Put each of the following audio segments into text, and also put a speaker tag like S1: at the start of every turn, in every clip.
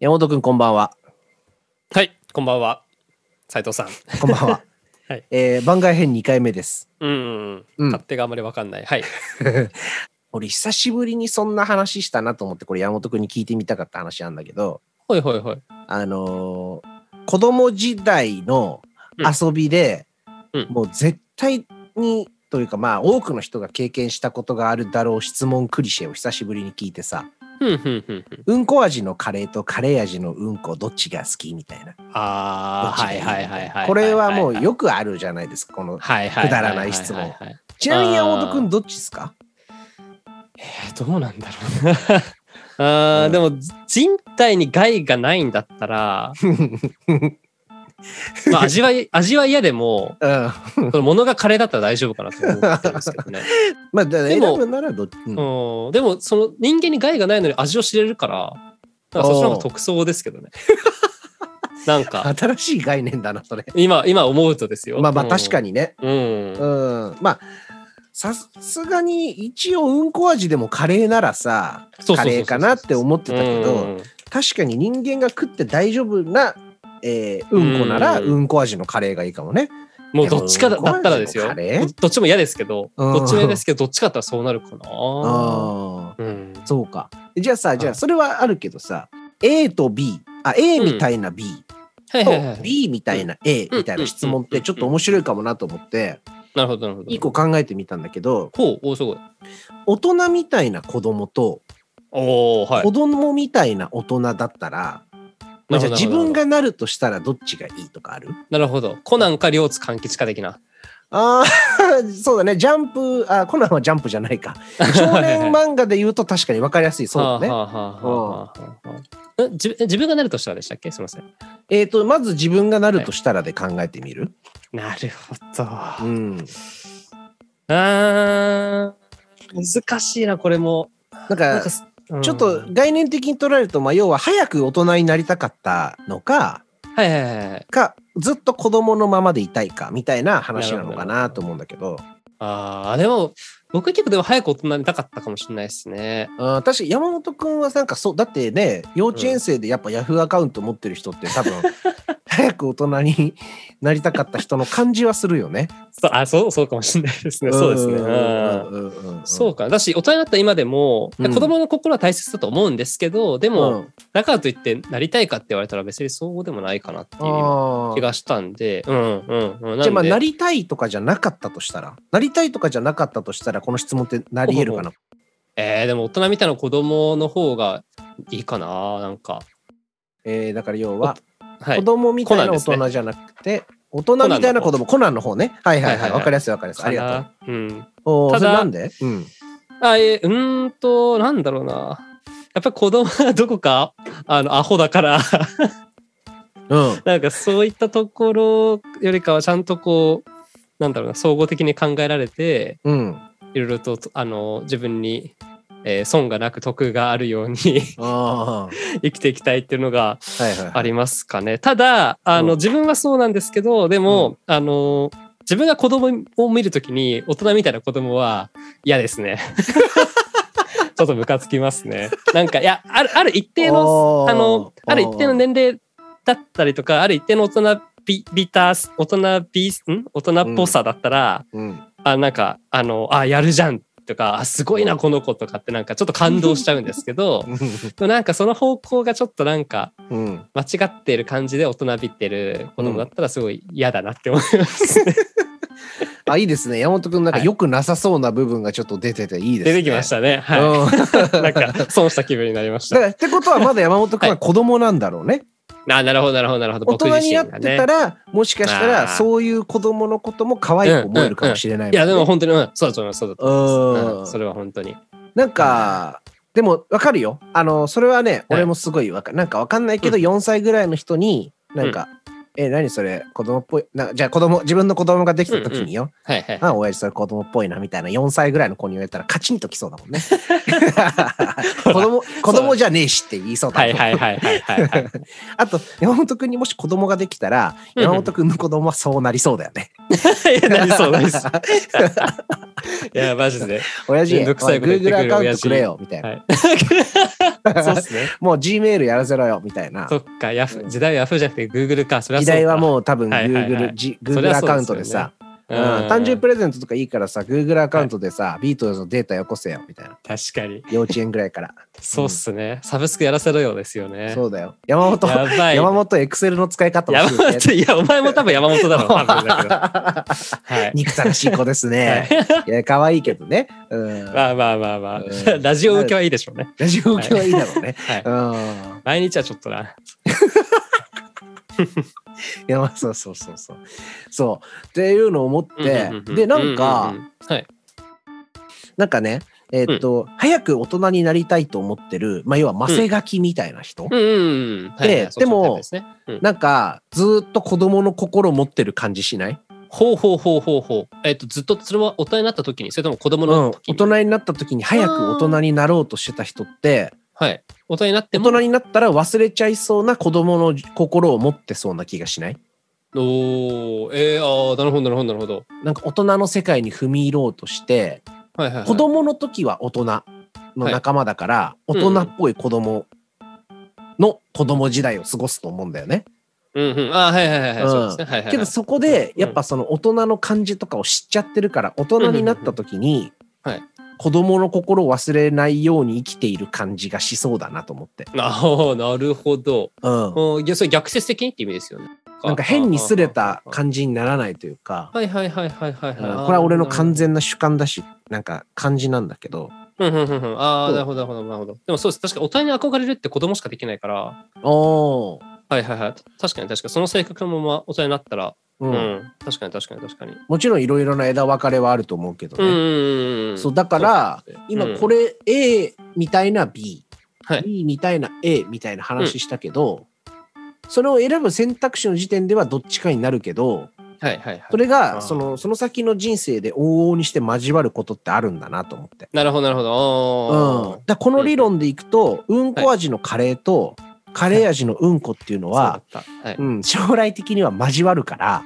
S1: 山本くんこんばんは。
S2: はい、こんばんは。斉藤さん。
S1: こんばんは。
S2: はい
S1: えー番外編2回目です。
S2: うんうん、
S1: う
S2: うんん、勝手があんまりわかんない。はい。
S1: 俺久しぶりにそんな話したなと思ってこれ山本くんに聞いてみたかった話なんだけど、
S2: ほいほいほい。
S1: あのー子供時代の遊びで、
S2: うんうん
S1: もう絶対にというかまあ多くの人が経験したことがあるだろう質問クリシェを久しぶりに聞いてさ、
S2: ふんふんふんふん。
S1: うんこ味のカレーとカレー味のうんこどっちが好きみたいな。
S2: ああ、はいはいはいはい。
S1: これはもう
S2: く
S1: よくあるじゃないですか、この。くだらない質問
S2: はいはいはいはい
S1: ちなみに山本くんどっちですか
S2: えーどうなんだろう な。あー
S1: うん
S2: でも人体に害がないんだっ たら、まあ、味は味は嫌でも
S1: うん。
S2: その物がカレーだったら大丈夫かなと思ったんですけどね、
S1: まあ、だから
S2: で
S1: 選
S2: も
S1: ぶならどっち、うん
S2: うん、でもその人間に害がないのに味を知れるからなんかそっちの方が特徴ですけ どねなんか
S1: 新しい概念だな、それ。
S2: 今今思うとですよ
S1: まあまあ、確かにね。
S2: にうん、
S1: うん。まあ、さすがに一応うんこ味でもカレーならさ、
S2: そうそうそうそ
S1: カ
S2: う
S1: レーかなって思ってたけ
S2: う
S1: ど、
S2: ん
S1: 確かに人間が食って大丈夫な、えーうんこなら
S2: うん
S1: うんこ味のカレーがいいかもね。
S2: もうどっちかだ
S1: でも
S2: だったらです
S1: ご
S2: よ
S1: 飯でもカレー
S2: どっちも嫌ですけど
S1: うん
S2: どっちも嫌ですけどどっちかだったらそうなるかな
S1: ああ。
S2: うん
S1: そうか。じゃあさ、じゃ
S2: は
S1: あ
S2: い
S1: それはあるけどさ、A と B、あ、A みたいな B
S2: はいはいは
S1: と
S2: い
S1: B みたいな A みたいな質問ってちょっと面白いかもなと思って、
S2: なるほどなるほど
S1: 一個考えてみたんだけど、
S2: ほうおーすごい
S1: 大人みたいな子供と
S2: おおはい
S1: 子供みたいな大人だったら、まあじゃあ
S2: なるほど
S1: 自分がなるとしたらどっちがいいとかある
S2: なるほどコナンか両津勘吉か的な
S1: ああ、 そうだね。ジャンプ、あ、コナンはジャンプじゃない か。少年漫画で言うと確かに分かりやすい。そうだね
S2: は。あはあはあはあはあはあん自分自分がなるとしたらでしたっけすいません
S1: えっと、まず自分がなるとしたらで考えてみる、
S2: なるほどあ
S1: うん。
S2: ー難しいなこれも
S1: なんか、
S2: すうん
S1: ちょっと概念的に捉えると、まあ、要は早く大人になりたかったのか、
S2: はいはいはいはい
S1: か、ずっと子供のままでいたいか、みたいな話なのか
S2: な
S1: な
S2: るほど
S1: と思うんだけど、
S2: ああ、でも、僕結構でも早く大人になりたかったかもしれないですね。
S1: あー確かに山本くんはなんかそう、だってね、幼稚園生でやっぱヤフーアカウント持ってる人って多分、 早く大人になりたかった人の感じはするよね。
S2: そう、あそう、そうかもしれないですね。そうですね。
S1: ん
S2: うん
S1: うんうんうん
S2: そうか。だし、大人になった今でも、
S1: うん
S2: 子供の心は大切だと思うんですけど、で
S1: うん。
S2: も、だからといって、なりたいかって言われたら別にそうでもないかなっていう
S1: あ
S2: 気
S1: ー
S2: がしたんで、うんうんうん。
S1: じゃあまあな
S2: り、
S1: りたいとかじゃなかったとしたらなりたいとかじゃなかったとしたらこの質問ってなり得るかな
S2: えー、でも大人みたいな子供の方がいいかな、なんか。
S1: えーだから要は
S2: は
S1: 子
S2: い。
S1: 供みたいな大
S2: コナンです
S1: 人じゃなくて、大人みたいな子供、コナンの方ね。はいはい
S2: はいは
S1: はい。
S2: い
S1: わ
S2: はい
S1: かりやすいわかりやすい。ありがとう。
S2: とう。うん。
S1: おー
S2: た
S1: そ
S2: だ
S1: れなんでうん。
S2: あえーうーんとなんだろうなやっぱり子供はどこかあのアホだから
S1: うん。
S2: なんかそういったところよりかはちゃんとこうなんだろうな総合的に考えられて
S1: うん。
S2: いろいろとあの自分に、えー損がなく得があるように
S1: ああ
S2: 生きていきたいっていうのが
S1: ー。はいはい。
S2: ありますかねただあの、
S1: うん
S2: 自分はそうなんですけどでも、あの自分が子供を見るときに大人みたいな子供は嫌で すね。ちょっとムカつきますね。なんかいやあるある一定の
S1: おー
S2: あのある一定の年齢だったりとかある一定の大人ビビター大人ビん大人っぽさだったら、
S1: うん。
S2: あなんかあのあやるじゃんとかあすごいなこの子とかってなんかちょっと感動しちゃうんです けどでもなんかその方向がちょっとなんか
S1: うん。
S2: 間違ってる感じで大人びってる子供だったらすごい嫌だなって思います、ね
S1: あ、いいですね。山本くん、なんか
S2: はい
S1: 良くなさそうな部分がちょっと出てていいです
S2: 出
S1: ね。
S2: てきましたねはい、
S1: うん。だか
S2: なんか損した気分になりました
S1: ら、ってことはまだ山本くん
S2: は
S1: はい子供なんだろうね。
S2: あなるほどなるほどなるほど
S1: 大
S2: 僕
S1: 人
S2: 自
S1: に
S2: 身
S1: なっ
S2: が
S1: て
S2: ね
S1: たら、もしかした
S2: あ
S1: ら
S2: ー
S1: そういう子供のことも可愛く思えるかもしれないもん
S2: い
S1: ね。
S2: やでも本当に、うん、そうだと思いますそうだと思います、
S1: う
S2: うんん、それは本当に
S1: なんか、でもわかるよ。あの、それはね、俺もすごいわかる。なんかわかんないけど、
S2: うん
S1: 4歳ぐらいの人に、なんか、え、何それ子供っぽい。なじゃあ子供、自分の子供ができた時によ。
S2: はいはい。
S1: あ、親父それ子供っぽいな、みたいな。4歳ぐらいの子に言われたらカチンときそうだもん ね。子供、子供じゃねえしって言いそうだ
S2: は
S1: もん
S2: いはいはいはいはいはい。
S1: あと、山本くんにもし子供ができたら、
S2: うんうん
S1: 山本くんの子供はそうなりそうだよね。
S2: いや、なりそう、なりそう。いや、マジで。
S1: 親父、
S2: めんどくさいこと
S1: お
S2: 言ってくる
S1: Google アカウン
S2: 親
S1: ト
S2: 父
S1: くれよ、みたいな。
S2: はい。 そうっすね。
S1: もう Gmail やらせろよ、みたいな
S2: そ。っか、ヤフー時代はヤフーじゃなくて、グーグルか。それは
S1: 時
S2: そうか
S1: 代はもう多分
S2: はいはいはい
S1: Google、G-
S2: そり
S1: Google
S2: ゃ
S1: ア
S2: そうですよ
S1: カウント
S2: ね
S1: でさ、
S2: う
S1: うんん誕生日プレゼントとかいいからさ、Google アカウントでさ、ビートルズのデータよこせよ、みたいな。
S2: 確かに。
S1: 幼稚園ぐらいから。
S2: そうっすね。サブスクやらせろようですよね。
S1: そうだよ。山本、
S2: やばい。
S1: 山本、エクセルの使い方を
S2: 山
S1: 教えて
S2: 本、いや、お前も多分山本だろう。多分だけど はい。
S1: 憎たらしい子ですね。いや、可愛いけどね。うん。
S2: まあまあまあまあ
S1: う。ん
S2: ラジオ受けはいいでしょうね。
S1: ラジオ受けはいいだろうね。
S2: はい。
S1: うん。
S2: 毎日はちょっとな。
S1: いやまあそうそうそうそうそうっていうのを思って
S2: ううう
S1: でなんか、
S2: うううんはい。
S1: なんかねえーっと、早く大人になりたいと思ってるまあ要はマセガキみたいな人、
S2: うんうんうん。はいはい
S1: で
S2: そっちの
S1: でも
S2: タイプすねうん
S1: なんかずーっと子供の心持ってる感じしない、
S2: ほうほうほうほうほう。えっ、と、ずっと、それは大人になった時に、それとも子供
S1: う
S2: の
S1: ん、大
S2: 時に、人
S1: 人になった時に早く大人になろうとしてた人って
S2: はい。大人になって
S1: 大
S2: も、
S1: 人になったら忘れちゃいそうな子供の心を持ってそうな気がしない
S2: おー、えー、あー、なるほど、なるほど、なるほど。
S1: なんか大人の世界に踏み入ろうとして
S2: はいはい、はい。
S1: 子供の時は大人の仲間だから、
S2: い
S1: 大人っぽい子供の子供時代を過ごすと思うんだよね。
S2: うんうん。あー、はいはいはいはい。
S1: うん
S2: そうですね。はいはい、はい。
S1: けどそこで
S2: うん
S1: やっぱその大人の感じとかを知っちゃってるから大人になった時に
S2: うんうんうんはい
S1: 子供の心を忘れないように生きている感じがしそうだなと思って。
S2: あー、なるほど。
S1: うん、
S2: うんいや、それ逆説的にって意味ですよね。
S1: なんか変にすれた
S2: あー。
S1: 感じにならないというか、
S2: はいはいはいはいは
S1: うん
S2: い、
S1: これ
S2: はい。
S1: は俺の完全な主観だしなんか感じなんだけど
S2: うんうんうんうん。ああ、
S1: そう
S2: なるほど、なるほど、なるほど。でもそうです。確かに大人に憧れるって子供しかできないから。
S1: おー、
S2: はいはいはい。確かに確かに。その性格のまま大人になったら。
S1: う
S2: うんん。確かに確かに確かに。
S1: もちろんいろいろな枝分かれはあると思うけど
S2: う
S1: ね。
S2: んうんうん。
S1: そうだから今
S2: うん
S1: これ A みたいな B、
S2: はい
S1: B みたいな A みたいな話したけど、それを選ぶ選択肢の時点ではどっちかになるけど
S2: はいはいはい。
S1: それ
S2: あー
S1: がそのその先の人生で往々にして交わることってあるんだなと思って。
S2: なるほど、なるほ
S1: うん、だ
S2: ど。
S1: からこの理論でいくと、うんこ味のカレーとカレー味のうんこっていうの
S2: うん。
S1: は、
S2: そうだった。はい。
S1: うん、将来的には交わるから。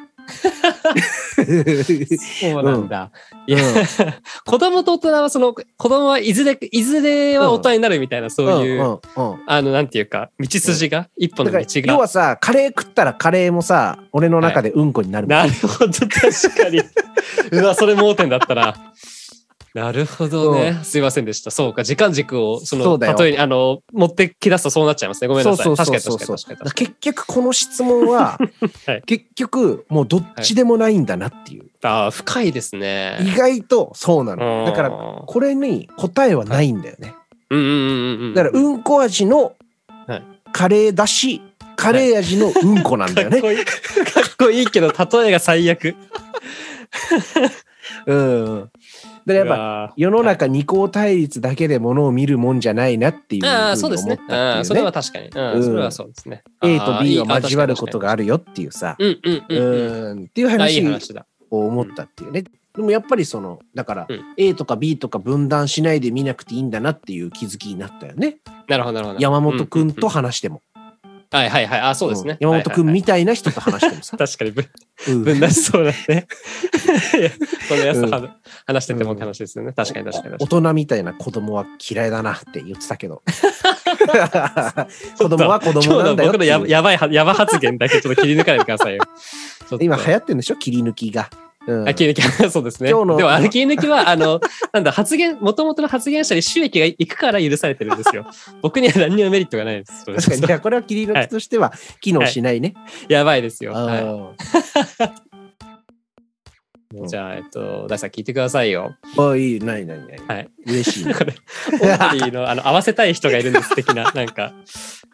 S2: そうなんだ。 いや
S1: うん
S2: 子供と大人は、その、子供はいずれ、いずれは大人になるみたいな、そういうう、
S1: んうんうん
S2: あの、なんていうか、道筋が、一歩の
S1: だか
S2: 道
S1: ら要
S2: が。
S1: はさカレー食ったらカレーもさ俺の中でうんこになるもん、
S2: なるほど、確かに。 うわ、それ盲点だったら。なるほどね。すいませんでした。そうか、時間軸を、そ
S1: そ
S2: の、
S1: うだよ
S2: 例えに、あの、持ってき出すとそうなっちゃいますね。ごめんなさ
S1: そ
S2: い。
S1: うそ
S2: 確
S1: う
S2: か
S1: そう
S2: に
S1: そう
S2: 確かに確かに
S1: だから
S2: 確か
S1: 結局この質問は、
S2: はい
S1: 結局もうどっちでもないんだなっていう、
S2: に。ああ、深いですね。
S1: 意外とそうな
S2: う
S1: の
S2: ん
S1: だからこれに答えはないんだよね、
S2: うんうんうんうん。
S1: だからうんこ味の
S2: はい
S1: カレーだしカレー味のうんこなんだよね、
S2: かっこいい。 かっこいいけど、例えが最悪。
S1: うんだからやっぱ
S2: ぱ。
S1: 世の中二項対立だけでものを見るもんじゃないなっていうふうに
S2: ああ、そう
S1: 思
S2: で
S1: っ
S2: す
S1: たっ
S2: ね。
S1: て
S2: ああ、そ
S1: い
S2: れ
S1: うね
S2: は確かに。う、
S1: うんん
S2: それはそうですね。
S1: A と B
S2: ああ
S1: が交わること。
S2: いい
S1: があるよっていうさ
S2: あ確かに確かにうんうんうんうん。
S1: うんっていう
S2: あいい
S1: 話
S2: 話だ。
S1: を思ったっていうね。でもやっぱりそのだから
S2: うん
S1: A とか B とか分断しないで見なくていいんだなっていう気づきになったよね。
S2: なるほど、なるほど。
S1: 山本くんと
S2: うう
S1: 話しても。
S2: うんはいはいはい。ああ、そうですね
S1: ん。山本くん
S2: はいはい
S1: みたいな人と話してもさ
S2: は。い確かにぶ
S1: うん
S2: 分断しそうだね。いやそのやつとは話してても
S1: うん
S2: 楽しいですよね。確かに確かに
S1: 大
S2: 確か
S1: 人みたいな子供は嫌いだなって言ってたけ ど。 子供は子
S2: に。
S1: 供
S2: 今日
S1: な
S2: の
S1: んだよっ
S2: 僕の
S1: て
S2: や
S1: いう
S2: ばやばいはやば発言だけちょっと切り抜かないでくださ いよ。ちょっと
S1: 今流行ってるんでしょ切り抜きが。うん
S2: あ切り抜き そうですね。
S1: 今日の
S2: でもあの切り抜きは、あの、 なんだ、発言、もともとの発言者に収益がいくから許されてるんですよ。 僕には何にもメリットがないです。
S1: 確かに、じゃあこれは切り抜きとしては機能しないね。
S2: やばいですよ。
S1: あ
S2: は
S1: ー
S2: い、じゃあ、えっと、大地さん聞いてくださいよ。
S1: あ、いい、ないないない。
S2: はい。
S1: 嬉しい ね。
S2: これ、オードリーの、あの、合わせたい人がいるんです、的な、なんか、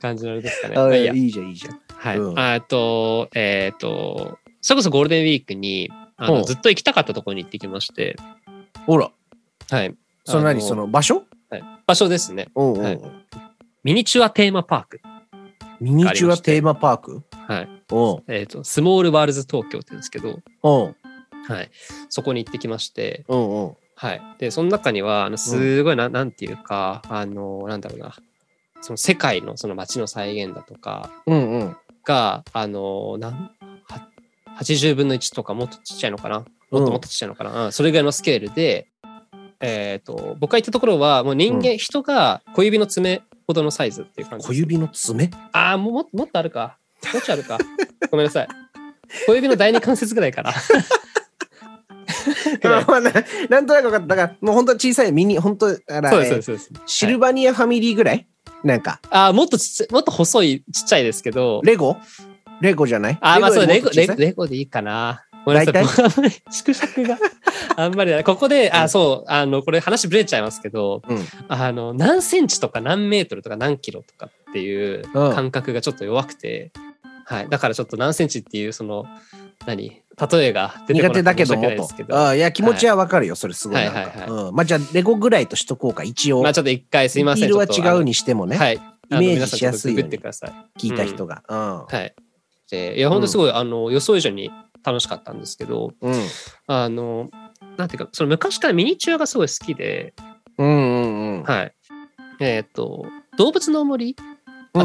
S2: 感じのあれですかね。ま
S1: あ
S2: あいいや
S1: いいじゃん、いいじゃん。
S2: はい。
S1: うん
S2: あえっと、えっと、それこそゴールデンウィークに、あ
S1: ほ
S2: の
S1: う
S2: ずっと行きたかったところに行ってきまして、
S1: ほら、
S2: はい。
S1: その何
S2: あ
S1: その場所
S2: 場所ですね。
S1: おうおうおう
S2: はいミニチュアテーマパーク。
S1: ミニチュアテーマパーク
S2: はい。
S1: おう
S2: えっ、と、スモールワールズ東京って言うんですけど、
S1: おう
S2: はい。そこに行ってきまして、
S1: おうおう
S2: はい。で、その中には、あのすごいな、なんていうか、あの、なんだろうな、その世界のその街の再現だとか
S1: うんうん
S2: が、あの、なんは80分の1とかもっとちっちゃいのかな、
S1: う
S2: もっともっ
S1: ん
S2: とちっちゃいのかな、うんそれぐらいのスケールで、えっ、と、僕が行ったところは、もう人間、
S1: う
S2: 人が小指の爪ほどのサイズっていう感じ
S1: 小指の爪
S2: ああ、もうもっともっとあるか。もっとあるか。ごめんなさい。小指の第二関節ぐらいかな。ぐら
S1: あ
S2: い
S1: まあななんとなく分かっただからもう本当小さいミニ本当あら
S2: そうです、そう
S1: えー
S2: ですそうです。
S1: シルバニアファミリーぐらいなんか
S2: ああ、もっとちっちゃいもっと細い、ちっちゃいですけど。
S1: レゴレゴじゃない
S2: ああ、まあそう、レ
S1: よりも
S2: ゴ、
S1: っと小
S2: レ
S1: さ
S2: ゴ
S1: い
S2: レゴでいいかな。ごめんなさい。僕あんまり 縮尺 があんまりない。ここで、あーそう、あの、これ話ぶれちゃいますけど、
S1: うん
S2: あの、何センチとか何メートルとか何キロとかっていう
S1: うん
S2: 感覚がちょっと弱くて、はい。だからちょっと何センチっていう、その、何例えが出てこ
S1: 苦
S2: な
S1: 手だけ
S2: くて申し
S1: ども
S2: 訳ないですけど
S1: と。ああいや気持ちはわかるよ、それすごいなんか、
S2: はいはい
S1: うん、まあじゃあレゴぐらいとしとこうか一応、
S2: まあちょっと一回すいません。
S1: ビールは
S2: ちょっと
S1: 違
S2: あの
S1: うにしてもね、
S2: はい。あの
S1: イメージ
S2: 皆さん
S1: しやすいように
S2: ちょっとググってください。
S1: 聞いた人が
S2: はい。でいや、本当すごい、あの、予想以上に楽しかったんですけど、
S1: うん、うん、
S2: あの、なんていうか、その昔からミニチュアがすごい好きで、
S1: うんうんうん
S2: はい。えーっと、動物の森、
S1: うん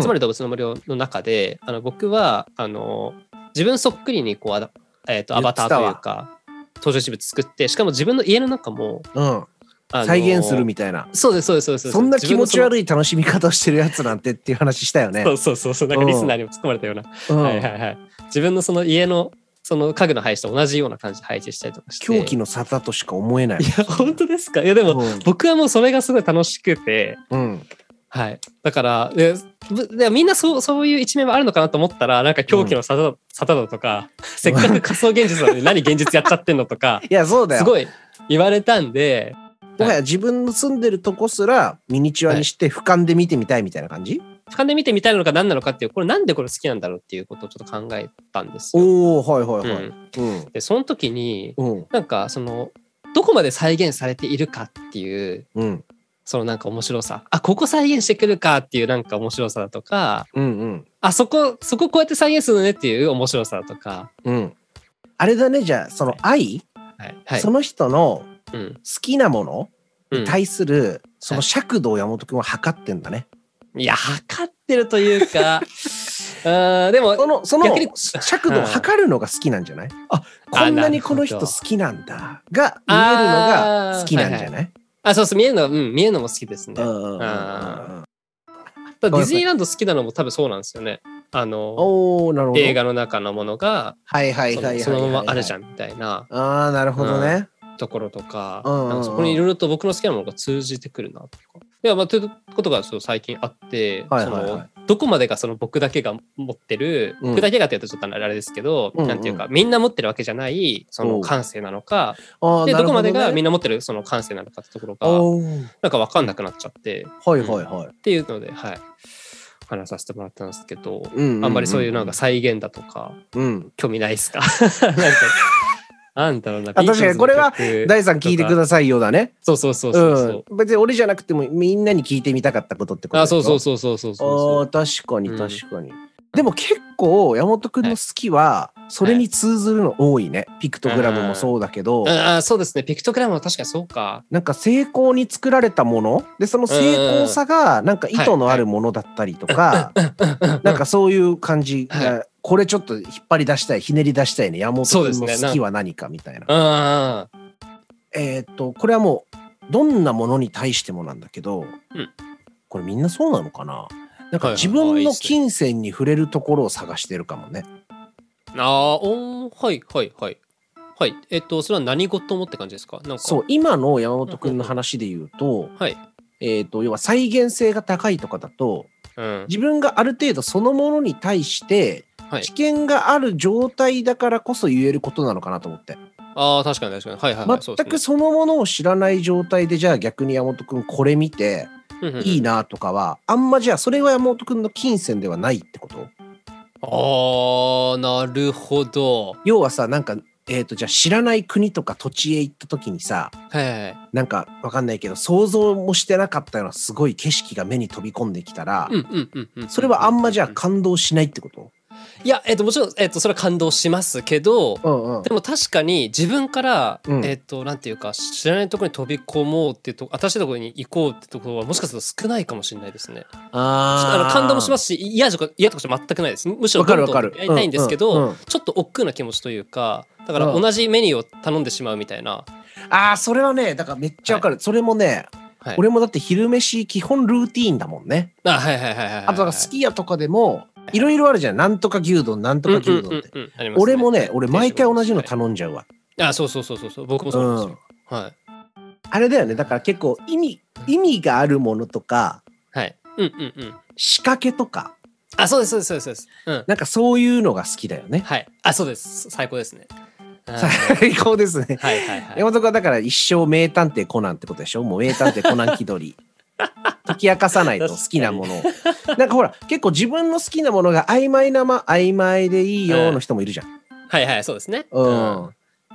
S2: 集まる動物の森の中で、あの僕は、あの、自分そっくりに、こう、あだえーっと、アバターというか、登場人物作って、しかも自分の家の中も、
S1: うん
S2: あの
S1: 再現するみたいな
S2: そうです、そうです、そうです。
S1: そんな気持ち
S2: い。
S1: 悪い楽しみ方をしてるやつなんてっていう話したよね
S2: そうそうそうそう、なんかリスナーにも突っ込まれたような。
S1: うん
S2: はいはいはい。自分のその家のその家具の配置と同じような感じで配置したりとかして。
S1: 狂気
S2: い
S1: の沙汰としか思えない
S2: や、本当ですかいや、でも、僕はもうそれがすごい楽しくて、
S1: うんうん
S2: はい。だから、でぶでみんなそうそういう一面はあるのかなと思ったら、なんか狂気の沙汰,、沙汰だとか、せっかく仮想現実な のに何現実やっちゃってんのとか、
S1: いやそうだよ
S2: すごい言われたんで、
S1: もはや自分の住んでるとこすらミニチュアにして俯瞰で見てみたいみたいな感じ、
S2: 俯瞰で見てみたいのか何なのかっていう、これなんでこれ好きなんだろうっていうことをちょっと考えたんですよ。
S1: おおはいはいは
S2: う
S1: い
S2: ん
S1: うん
S2: で、その時に、
S1: うん
S2: なんかそのどこまで再現されているかっていう
S1: うん
S2: そのなんか面白さあここ再現してくるかっていうなんか面白さだとか
S1: うんうん
S2: あそこそここうやって再現するのねっていう面白さだとか
S1: うんあれだねじゃあその愛、
S2: はいはい
S1: その人の
S2: うん
S1: 好きなもの
S2: うん
S1: に対するそ
S2: は
S1: の
S2: い
S1: 尺度を山本君は測ってんだね。
S2: いや測ってるという かうんでも
S1: そのその
S2: 逆に
S1: 尺度を測るのが好きなんじゃないあこんなにこの人好きなんだが見えるのが好きなんじゃない
S2: あそうそう見えるのうん見えるのも好きですね
S1: うんうんうんうん
S2: あただディズニーランド好きなのも多分そうなんですよねあの
S1: おおなるほど。
S2: 映画の中のものが
S1: はいはい
S2: そ
S1: はいはいはい。
S2: のそのままあるじゃんみたいな
S1: ああなるほどね。
S2: ところとか,、
S1: うんうんうん
S2: なんかそこにいろいろと僕の好きなものが通じてくるなとか。いやまあ、ということがそう最近あって、
S1: はいはいはい
S2: そのどこまでがその僕だけが持ってる、
S1: うん
S2: 僕だけがっていうとちょっとあれですけど、
S1: うんうん
S2: なんていうかみんな持ってるわけじゃないそ
S1: お
S2: の
S1: う
S2: 感性なのか
S1: ああ
S2: で
S1: な
S2: ど
S1: る
S2: こ
S1: ほ
S2: ま
S1: どね
S2: でがみんな持ってるその感性なのかってところが
S1: おー
S2: なんか分かんなくなっちゃって
S1: はいはいはい。
S2: っていうので、はい、話させてもらったんですけど、
S1: ううう
S2: あんまりそういうなんか、再現だとか
S1: うん、
S2: 興味ないですか なんかなんだろうな
S1: 確かに
S2: ビートルズの曲
S1: これは第三聞いてくださいようだね。
S2: そうそうそうそうそう、
S1: うん、別に俺じゃなくてもみんなに聞いてみたかったことってこと
S2: あ、そうそう
S1: そ
S2: そうそうそうそう
S1: あー確かに
S2: うん
S1: 確かに。でも結構山本君の好きはそれに通ずるの多いね、ピクトグラムもそうだけど、
S2: そう。ああ、そうですね。ピクトグラムは確かにそうか。
S1: なんか成功に作られたものでその成功さがなんか意図のあるものだったりとか、 なんかそういう感じが、
S2: は
S1: これちょっと引っ張り出したいひねり出したいね山本
S2: そうで
S1: 君
S2: す
S1: の
S2: ね
S1: 好きは何かみたいな。
S2: ああ、
S1: えーっとこれはもうどんなものに対してもなんだけど、
S2: うん
S1: これみんなそうなのかななんか
S2: はいはい
S1: 自
S2: あーい
S1: 分
S2: いっ
S1: の
S2: すね
S1: 金銭に触れるところを探してるかもね。
S2: ああ、おん、はいはいはい。はい。えっと、それは何事もって感じですかなんか。
S1: そう。今の山本君の話で言うと,、
S2: はい。
S1: えーっと要は再現性が高いとかだと
S2: うん。
S1: 自分がある程度そのものに対して
S2: はい
S1: 知。見がある状態だからこそ言えることなのかなと思って、
S2: ああ、確かに確かに。はいはいはい。そう
S1: 全く
S2: です
S1: そのものを知らない状態でじゃあ逆に山本君これ見て
S2: ねうんうん
S1: いいなとかはあんまじゃあそれは山本君の金銭ではないってこと
S2: ああ、なるほど。
S1: 要はさなんかえー、とじゃあ知らない国とか土地へ行った時にさ
S2: はいはいはい。
S1: なんかわかんないけど想像もしてなかったようなすごい景色が目に飛び込んできたら、
S2: うんうんうんうん。
S1: それはあんまじゃあ感動しないってこと
S2: いや、えっと、もちろん、えっと、それは感動しますけど、
S1: うんうん
S2: でも確かに自分から、
S1: うん
S2: えっと、なんていうか、知らないところに飛び込もうっていうと、新しいところに行こうってところは、もしかすると少ないかもしれないですね。あの感動もしますすし、嫌とか、嫌とかじゃ全くないです。むしろ、
S1: わかるわかる
S2: やりたいんですけど、
S1: うんうんうん
S2: ちょっと億劫な気持ちというか、だから
S1: うん
S2: 同じメニューを頼んでしまうみたいな。
S1: ああそれはねだからめっちゃわかる、それもね、
S2: はい、
S1: 俺もだって昼飯基本ルーティーンだもんね
S2: あ、はいはいはいはいはい。
S1: あとだからすき家とかでもいろいろあるじゃんなんとか牛丼なんとか牛丼って、
S2: うんうんうんうんありますね
S1: 俺もね俺毎回同じの頼んじゃうわ、
S2: あ、そうそうそうそうそう、僕もそうなんですよ。はい。
S1: あれだよねだから結構意味意味があるものとか
S2: はい。うんうんうん。
S1: 仕掛けとか
S2: あ、そうです、そうです、そうですそうです。うん。
S1: なんかそういうのが好きだよね
S2: はい。あ、そうです。最高ですね。うん
S1: 最高ですね
S2: はいはいはい。
S1: 山本君はだから一生名探偵コナンってことでしょもう名探偵コナン気取 り解き明かさないと好きなものをなんかほら結構自分の好きなものが曖昧なま曖昧でいいよの人もいるじゃん。
S2: はいはい、そうですね。
S1: うんっ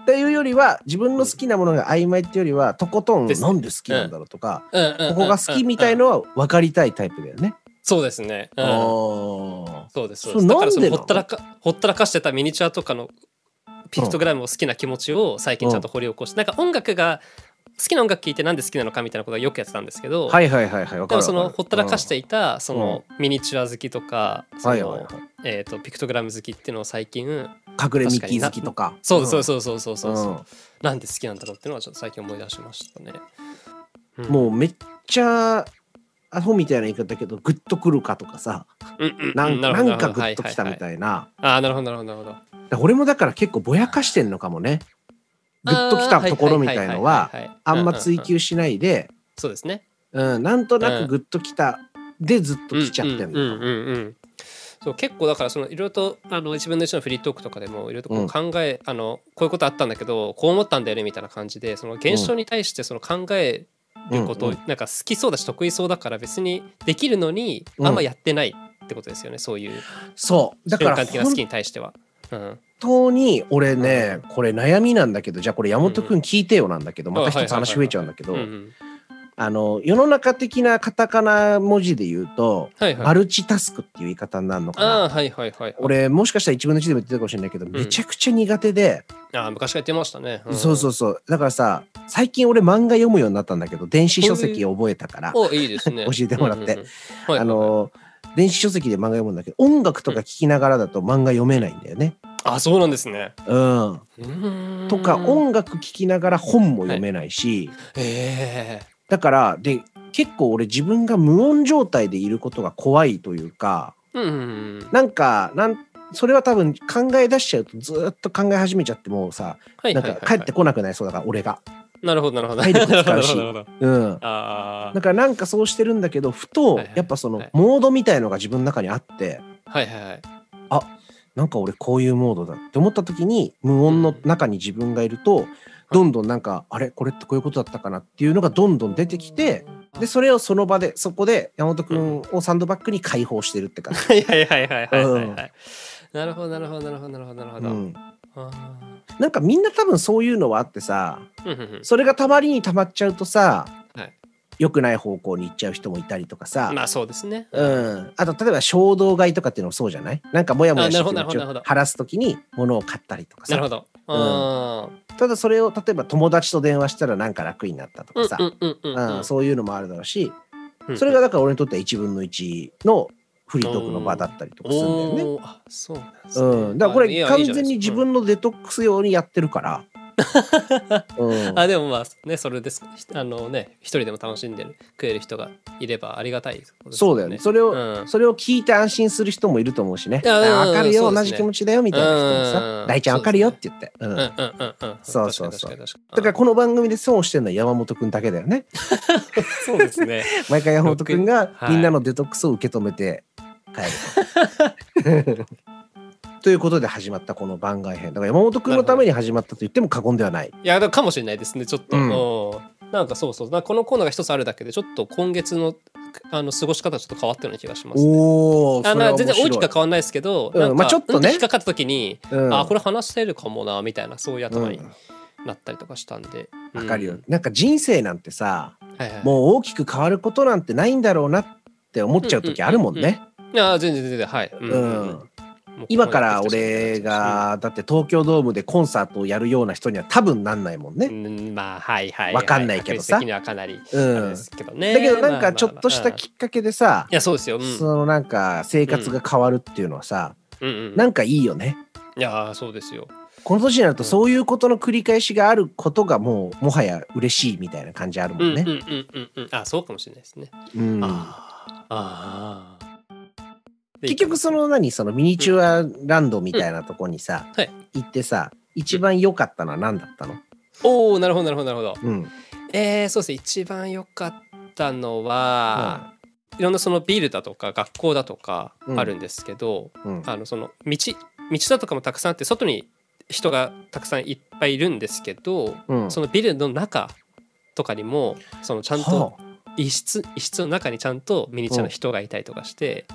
S1: ていうよりは自分の好きなものが曖昧っていうよりはとことん
S2: です
S1: なんで好きなんだろうとか、
S2: うんうんう
S1: こ
S2: ん
S1: こが好きみたい
S2: うん
S1: のは分かりたいタイプだよね。
S2: そうですね。うん
S1: あ
S2: そうです。そう
S1: それ
S2: ですだからそ
S1: なんでな
S2: のほ
S1: の
S2: ったらかほったらかしてたミニチュアとかのピクトグラムを好きな気持ちを最近ちゃんと掘り起こして、なんか音楽が好きな音楽聴いてなんで好きなのかみたいなことはよくやってたんですけど、
S1: ーはいはいはいはい分
S2: で
S1: かる
S2: もそのほったらかして
S1: い
S2: いたそのミニチュア好きとかそ
S1: はいはいは
S2: の
S1: い
S2: えーとピクトグラム好きっていうのを最近
S1: 隠れミッキー好きとか
S2: そうです
S1: ん
S2: そうですそうそうそうそう
S1: うん
S2: なんで好きなんだろうっていうのはちょっと最近思い出しましたね。うん
S1: もうめっちゃアホみたいな言い方だけどグッとくるかとかさ
S2: うんうんうん
S1: なん
S2: なる
S1: な
S2: ほど
S1: んかグッときたみ
S2: はいはいはい
S1: たいな
S2: ああなるほどなるほどなるほど。
S1: だから俺もだから結構ぼやかしてんのかもねグッときたところみたいのはあんま追
S2: うんうんうん
S1: 求しないで、
S2: そうですね
S1: うん、なんとなくグッときたでずっと来ちゃってん
S2: うんうん
S1: の
S2: うんうんそう結構だからそのいろいろとあの自分の一のフリートークとかでもいろいろとこ
S1: うん
S2: う考え、あのこういうことあったんだけどこう思ったんだよねみたいな感じでその現象に対してその考え
S1: うん
S2: ることを
S1: うん
S2: なんか好きそうだし得意そうだから別にできるのに
S1: うん
S2: あんまやってないってことですよねそういう
S1: そうだ
S2: 瞬
S1: から
S2: 間的な好
S1: 本
S2: きに対しては。うん、
S1: 当に俺ねこれ悩みなんだけどじゃあこれ山本君聞いてよなんだけどまた
S2: あはい
S1: 一つ話増えちゃうんだけ
S2: うん
S1: ど
S2: うん
S1: あの世の中的なカタカナ文字で言うと
S2: はいは
S1: マ
S2: い。
S1: ルチタスクっていう言い方になるのかな
S2: ああはいはいはい。
S1: 俺もしかしたら一分の一でも言ってたかもしれないけど、めちゃくちゃ苦手で、
S2: ああ昔から言ってましたね。ん
S1: そうそうそうだからさ最近俺漫画読むようになったんだけど電子書籍を覚えたから、
S2: おいいですね。
S1: 教えてもらって
S2: うんうんうんはい
S1: あの電子書籍で漫画読むんだけど音楽とか聴きながらだと漫画読めないんだよね。
S2: あそうなんですね。
S1: うん、
S2: うーん
S1: とか音楽聴きながら本も読めないし、
S2: ええ
S1: だからで結構俺自分が無音状態でいることが怖いというか
S2: うんうんうん。
S1: なんかなんそれは多分考え出しちゃうとずーっと考え始めちゃってもうさ
S2: はい
S1: な
S2: は
S1: ん
S2: いはい
S1: か
S2: はい
S1: 帰ってこなくなりそうだから俺が。
S2: なるほどなるほど。
S1: 体力使うし
S2: なるほどなるほど
S1: うん、
S2: あ
S1: だからなんかそうしてるんだけどふと
S2: はいはい
S1: やっぱその
S2: はい
S1: モードみたいのが自分の中にあって
S2: あ。はいはいはい。
S1: なんか俺こういうモードだって思った時に無音の中に自分がいるとどんどんなんかあれこれってこういうことだったかなっていうのがどんどん出てきてでそれをその場でそこで山本君をサンドバッグに解放してるって感じ。
S2: はいはいはいはいはいはい、
S1: うん
S2: はい。なるほどなるほどなるほどなるほどなるほ
S1: う
S2: ど。
S1: ん、
S2: あ
S1: なんかみんな多分そういうのはあってさ
S2: ーうんうんうん
S1: それがたまりにたまっちゃうとさ
S2: はい
S1: 良くない方向に行っちゃう人もいたりとかさ、
S2: まあそうですね。
S1: うん、あと例えば衝動買いとかっていうのもそうじゃないなんかモヤモヤした
S2: あな
S1: 気
S2: るほど
S1: 持ち
S2: なるほ
S1: を
S2: どなるほど
S1: 晴らす時に物を買ったりとか
S2: な
S1: さ
S2: るほど。あー
S1: ただそれを例えば友達と電話したらなんか楽になったと
S2: うん
S1: かさ、
S2: うんうんうんうん
S1: うんそういうのもあるだろうし、
S2: うん
S1: それがだから俺にとっては1分の1のフリートークの場だったりとかするんだよね。
S2: おーあそうなんですね
S1: うん、だからこ
S2: あい
S1: れ
S2: やい
S1: 完
S2: いじゃな
S1: 全
S2: い
S1: に
S2: です
S1: 自
S2: か
S1: 分のデトックス用にやってるから。うん
S2: あでもまあねそれですあのね一人でも楽しんでる食える人がいればありがたいことです
S1: そ
S2: よ
S1: うだよね。それを、
S2: うん
S1: それを聞いて安心する人もいると思うしね。
S2: いやうん
S1: あわかるよ、
S2: そうで
S1: 同
S2: すね
S1: じ気持ちだよみたいな人も
S2: うん
S1: さ、大ちゃんわかるよって言って。うん
S2: うんうんうんうん
S1: そうそうそう
S2: 確かに確かに確
S1: だから
S2: か
S1: この番組で損をしてるのは山本くんだけだよ ね。
S2: にそうですね
S1: 毎回山本くんが
S2: はい
S1: みんなのデトックスを受け止めて帰 ると。ということで始まったこの番外編。だから山本くんのために始まったと言っても過言では ない。
S2: いやだからかもしれないですねちょっと、
S1: うん
S2: うんなんかそうそうなんかこのコーナーが一つあるだけでちょっと今月のあの過ごし方ちょっと変わったような気がします、ね、
S1: おお、
S2: あ
S1: それは
S2: な
S1: 面
S2: 全
S1: 白
S2: 然
S1: い
S2: 大きくは変わんないですけど、
S1: うん
S2: なんか
S1: まあちょっとね
S2: うん引っかかった時に、
S1: うん
S2: あこれ話せるかもなみたいなそういう頭に
S1: うん
S2: なったりとかしたんで、
S1: わかるよ
S2: うん。
S1: なんか人生なんてさ、
S2: はいはい、
S1: もう大きく変わることなんてないんだろうなって思っちゃう時あるもんね。
S2: いや全然全然はい、うん
S1: うん。
S2: もう
S1: 今から俺、が、だって東京ドームでコンサートをやるような人には多分なんないもん
S2: う
S1: ね。
S2: ん、まあはいはいはい
S1: わかんないけどさ
S2: 確率的にはかなり
S1: う
S2: あれ
S1: ん。
S2: で
S1: だ
S2: すけどね、
S1: けどなんかちょっとした
S2: い
S1: きっかけでさ、
S2: やそうですよ、うん
S1: そのなんか生活が変わるっていうのはさ、
S2: うんうん、
S1: なんかいいよね。
S2: いやーそうですよ
S1: この年になると
S2: うん
S1: そういうことの繰り返しがあることがもうもはや嬉しいみたいな感じあるも
S2: うんんう
S1: ね
S2: んう。んうんうんあそうかもしれないですね、
S1: うん
S2: あああー
S1: 結局その何そのミニチュアランドみたいなとこにさ、
S2: うんはい
S1: 行ってさ一番良かったのは何だったの、
S2: おおなるほどなるほどなるほど
S1: うん、
S2: えー、そうですね一番良かったのは、いろんなそのビールだとか学校だとかあるんですけど、
S1: うん
S2: あのその道道だとかもたくさんあって外に人がたくさんいっぱいいるんですけど、
S1: うん
S2: そのビルの中とかにもそのちゃんと
S1: は
S2: 一室一室の中にちゃんとミニチュアの人がいたりとかして、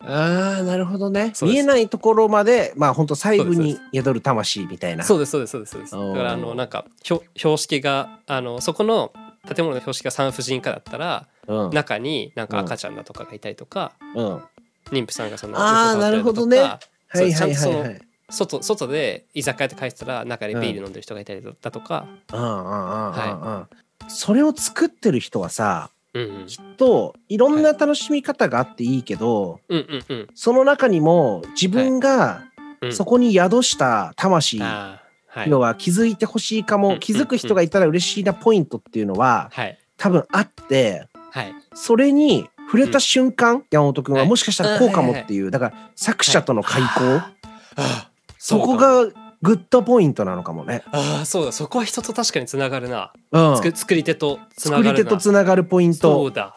S1: ああーなるほどね
S2: そうで
S1: 見
S2: す
S1: えないところまでまあ本当細部
S2: そうで
S1: に
S2: す
S1: 宿る魂みたいな
S2: そうですそうですそうですそうです
S1: おー
S2: だからあのなんかひょ標識があのそこの建物の標識が産婦人科だったら
S1: うん
S2: 中になんか赤ちゃんだとかがいたりとか、
S1: うんは
S2: 妊婦さんがその
S1: あー
S2: お産婦人科だったりだとか
S1: いはいは
S2: そう
S1: い
S2: ちゃんと
S1: はい
S2: 外外で居酒屋とかしてたら中でビール飲んでる人がいたりだとか、
S1: うんうんうんうんうんそれを作ってる人はさ
S2: うん、うん
S1: きっといろんな楽しみ方があっていいけど、
S2: うんうんうん
S1: その中にも自分が
S2: うん
S1: そこに宿した魂、
S2: あーはい
S1: 要は気づいてほしいか
S2: うん
S1: も、
S2: うん
S1: 気づく人がいたら嬉しいなポイントっていうのは
S2: はい
S1: 多分あって
S2: はい
S1: それに触れた瞬間、山本君は
S2: はい
S1: もしかしたらこうかもっていう、だから作者との開口、
S2: あーあー
S1: そう
S2: か
S1: こがグッドポイントなのかもね。
S2: ああそうだそこは人と確かにつながるな、
S1: うん
S2: つく作り手とつな
S1: 作
S2: がるな
S1: り手とつながるポイン
S2: そ
S1: ト
S2: うだ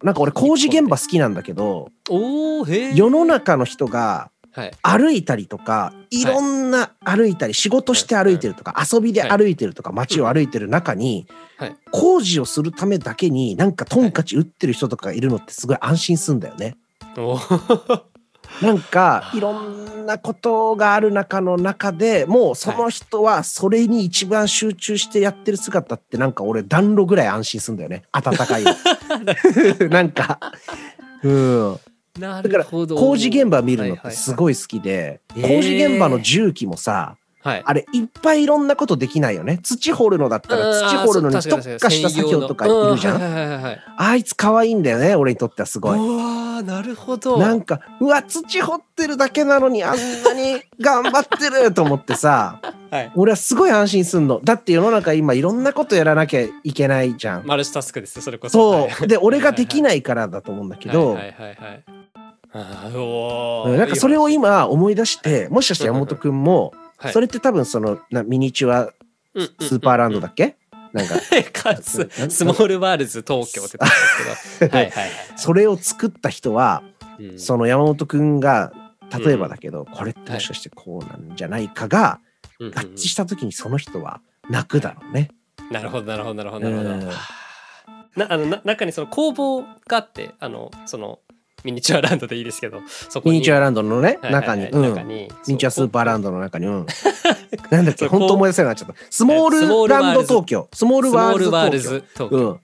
S1: なんか俺工事現場好きなんだけど
S2: おおへえ
S1: 世の中の人が
S2: はい
S1: 歩いたりとかいろんな歩いたり仕事して歩いてるとか遊びで歩いてるとか街を歩いてる中に
S2: はい
S1: 工事をするためだけになんかトンカチ打ってる人とかいるのってすごい安心すんだよね。
S2: お ー
S1: なんかいろんなことがある中の中でもうその人はそれに一番集中してやってる姿ってなんか俺暖炉ぐらい安心すんだよね暖かい なんかうんだ
S2: な
S1: から
S2: るほど
S1: 工事現場見るのってす
S2: い
S1: ごい好きで
S2: はいはい
S1: 工事現場の重機もさ
S2: はい、はい
S1: あれ、いっぱいいろんなことできないよね。土掘るのだったら、土掘るのに特化した作業とかいるじゃ
S2: うん
S1: ん。
S2: はいはいはいはい
S1: あいつ可愛いんだよね、俺にとってはすごい。
S2: うわーなるほど
S1: なんか、うわ、土掘ってるだけなのにあんなに頑張ってると思ってさ、
S2: はい
S1: 俺はすごい安心すんの。だって世の中今いろんなことやらなきゃいけないじゃん。
S2: マルチタスクですよそれこそ
S1: そう。 で、俺ができないからだと思うんだけど
S2: は、いはいはいはいあーお
S1: う
S2: ー
S1: んなんかそれを今思い出して、もしかして山本くんも、
S2: はい
S1: それって多分そのなミニチュア
S2: うんうん
S1: スーパーランドだっけなんか
S2: え かつスモールワールズ東京って 言ったんですけどはいはい
S1: それを作った人は、
S2: はい、うん
S1: その山本くんが例えばだけど、これってもしかしてこうなんじゃないかが
S2: うんうんうん
S1: 合致した時にその人は泣くだろうね。
S2: なるほどなるほどなるほどなるほ
S1: うん
S2: ど。なあのな中にその工房があってあのそのミニチュアランドでいいですけどそこ
S1: ミ
S2: に
S1: ニチュアランドのね、
S2: はいはいは
S1: 中
S2: い
S1: に。うん
S2: 中
S1: ミ
S2: にミ
S1: ニチュアスーパーラン
S2: ド
S1: ドの中に、うん、なんだっけ
S2: そう
S1: 本当思い出せなくなっちゃったスモ
S2: ス
S1: ー
S2: モー
S1: ル
S2: ルワ
S1: ラン
S2: ー
S1: ド
S2: ルズ
S1: 東京スモー
S2: ス
S1: ル
S2: モ
S1: ワー
S2: ー
S1: ル
S2: ル
S1: ド
S2: ワール
S1: 東京
S2: ズ東
S1: う
S2: 京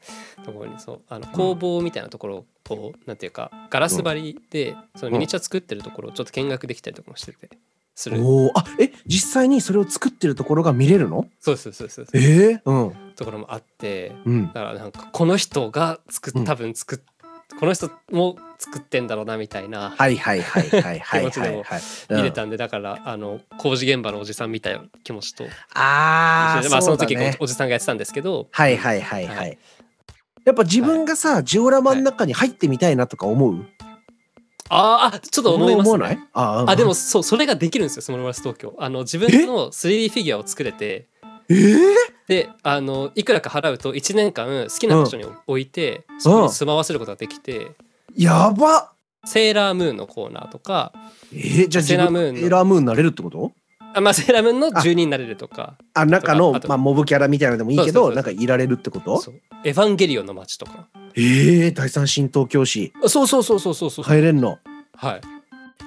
S1: ん
S2: ところにそうあの工房みたいなところをなんていうかガラス張りでそのミニチュア作ってるところをちょっと見学できたりとかもしててする
S1: おーあえ実際にそれを作ってるところが見れるの
S2: そうですそうですそうです
S1: ええうん
S2: ところもあって
S1: うん
S2: だからなんかこの人が作
S1: う
S2: っ
S1: ん
S2: 多分作っこの人も作ってんだろうなみたいな
S1: はいはいはいはい はい
S2: 気持ち
S1: は
S2: で
S1: い
S2: も
S1: はい。
S2: 見れたんで、だからあの工事現場のおじさんみたいな気持ちと一緒
S1: うんああ、
S2: でまあ、その
S1: うだ
S2: 時
S1: ね
S2: おじさんがやってたんですけど
S1: はいはいはいは。
S2: はい
S1: やっぱ自分がさ、ジオラマの中に入ってみたいなとか思う
S2: あーあちょっと思います、ね、
S1: 思わないあー
S2: あでもそうそれができるんですよスモールワールズ東京あの自分の 3D フィギュアを作れて
S1: えー
S2: であのいくらか払うと1年間好きな場所に置いて、そこに住まわせることができて、
S1: やば
S2: セーラームーンのコーナーとか
S1: えー、じゃあ自
S2: セーラームー
S1: 分
S2: ンの
S1: セーラームーンになれるってこと
S2: あ、まあ、セーラームーンの住人になれるとか
S1: あ中の
S2: ああと
S1: まあ、モブキャラみたいなのでもいいけ
S2: そ
S1: ど
S2: うそうそうそう
S1: なんかいられるってこと
S2: そうエヴァンゲリオンの街とか
S1: えー、第三神東京市
S2: そうそうそうそうそうそう
S1: 入れんの
S2: はい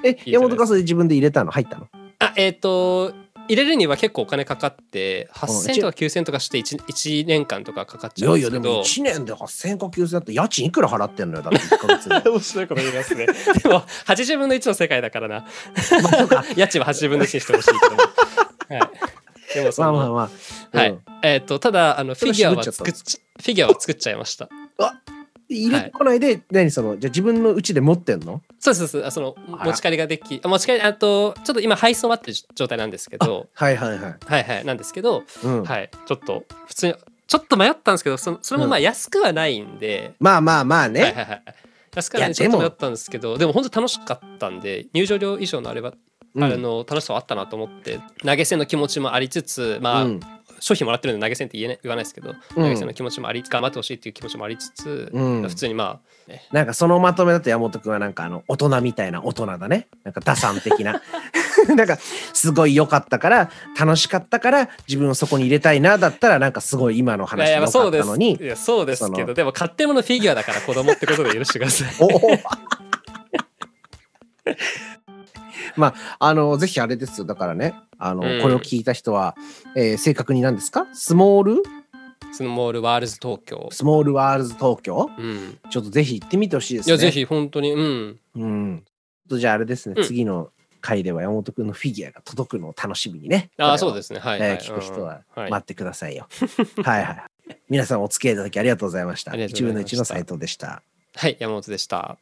S1: え
S2: です
S1: 山本かそれ自分で入れたの入ったの
S2: あえっ、と入れるには結構お金かかって
S1: うん
S2: 8000とか9000とかして 1, 1年間とかかかっ
S1: い
S2: ちゃうん
S1: やい
S2: です
S1: やで
S2: け
S1: も
S2: ど
S1: 1年で8000円か9000円だって家賃いくら払ってんのよだって1ヶ月で
S2: 面白いこと言いますね でも80分の1の世界だからな 家賃は80分の1にしてほしいけども、はい、で もそ
S1: まあ
S2: の、
S1: まあまあ、
S2: はい
S1: うん
S2: えっ、とただあのフ
S1: それ
S2: ィギュア
S1: 渋っ
S2: は
S1: ちゃったん
S2: 作
S1: で
S2: っちフィギュアは作っちゃいました
S1: 入れてこないで、何そのじゃあ自分の家で持ってんの
S2: そうですそうですあその
S1: あら
S2: 持ち帰りができあ持ち帰りあとちょっと今配送待ってる状態なんですけど
S1: はいはいはい、
S2: はいはいなんですけど、
S1: うん
S2: はいちょっと普通にちょっと迷ったんですけどそのそれもまあ安くはないんで、
S1: まあまあまあね、
S2: はいはいはい安くはないい
S1: や
S2: ちょっと
S1: でも
S2: 迷ったんですけどでも本当楽しかったんで入場料以上のあれば
S1: うん
S2: あの楽しさはあったなと思って投げ銭の気持ちもありつつまあ、
S1: うん
S2: 商品もらってるんで投げ銭って言えない言わないですけど、
S1: うん
S2: 投げ銭の気持ちもあり頑張ってほしいっていう気持ちもありつつ、
S1: うん
S2: 普通にまあね
S1: なんかそのまとめだと山本君はなんかあの大人みたいな大人だね。なんか打算的 な。なんかすごい良かったから楽しかったから自分をそこに入れたいなだったらなんかすごい今の
S2: い
S1: 話
S2: や
S1: が良
S2: いやそ
S1: か
S2: う
S1: っ
S2: で
S1: た
S2: す
S1: のに。
S2: いやそうですけ
S1: その
S2: どでも買ってものフィギュアだから子供ってことで許してく ださい
S1: おおまあ、あのぜひあれですよだからねあの、
S2: うん
S1: これを聞いた人は、えー正確に何ですかスモール
S2: スモールワールズ東京
S1: スモールワールズ東京
S2: うん
S1: ちょっとぜひ行ってみてほしいです
S2: い
S1: ね。
S2: やぜひ本当にうん
S1: うん。とじゃああれですね、
S2: うん
S1: 次の回では山本くんのフィギュアが届くのを楽しみにね。
S2: ああそう
S1: す。
S2: ですねはい、
S1: えー
S2: はい
S1: 聞く人は
S2: うんはい
S1: 待ってくださいよ。はいはい。皆さんお付き合いいただきありがとうございました。
S2: ありがと
S1: 一
S2: うご
S1: 分
S2: ざ
S1: の
S2: いました
S1: 一の斉藤でした。
S2: はい、山本でした